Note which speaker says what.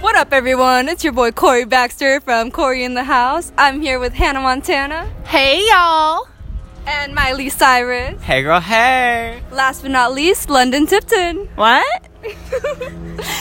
Speaker 1: What up, everyone? It's your boy Corey Baxter from Corey in the House. I'm here with Hannah Montana
Speaker 2: Hey y'all!
Speaker 1: and Miley Cyrus.
Speaker 3: Hey girl, hey!
Speaker 1: Last but not least, London Tipton.
Speaker 2: What?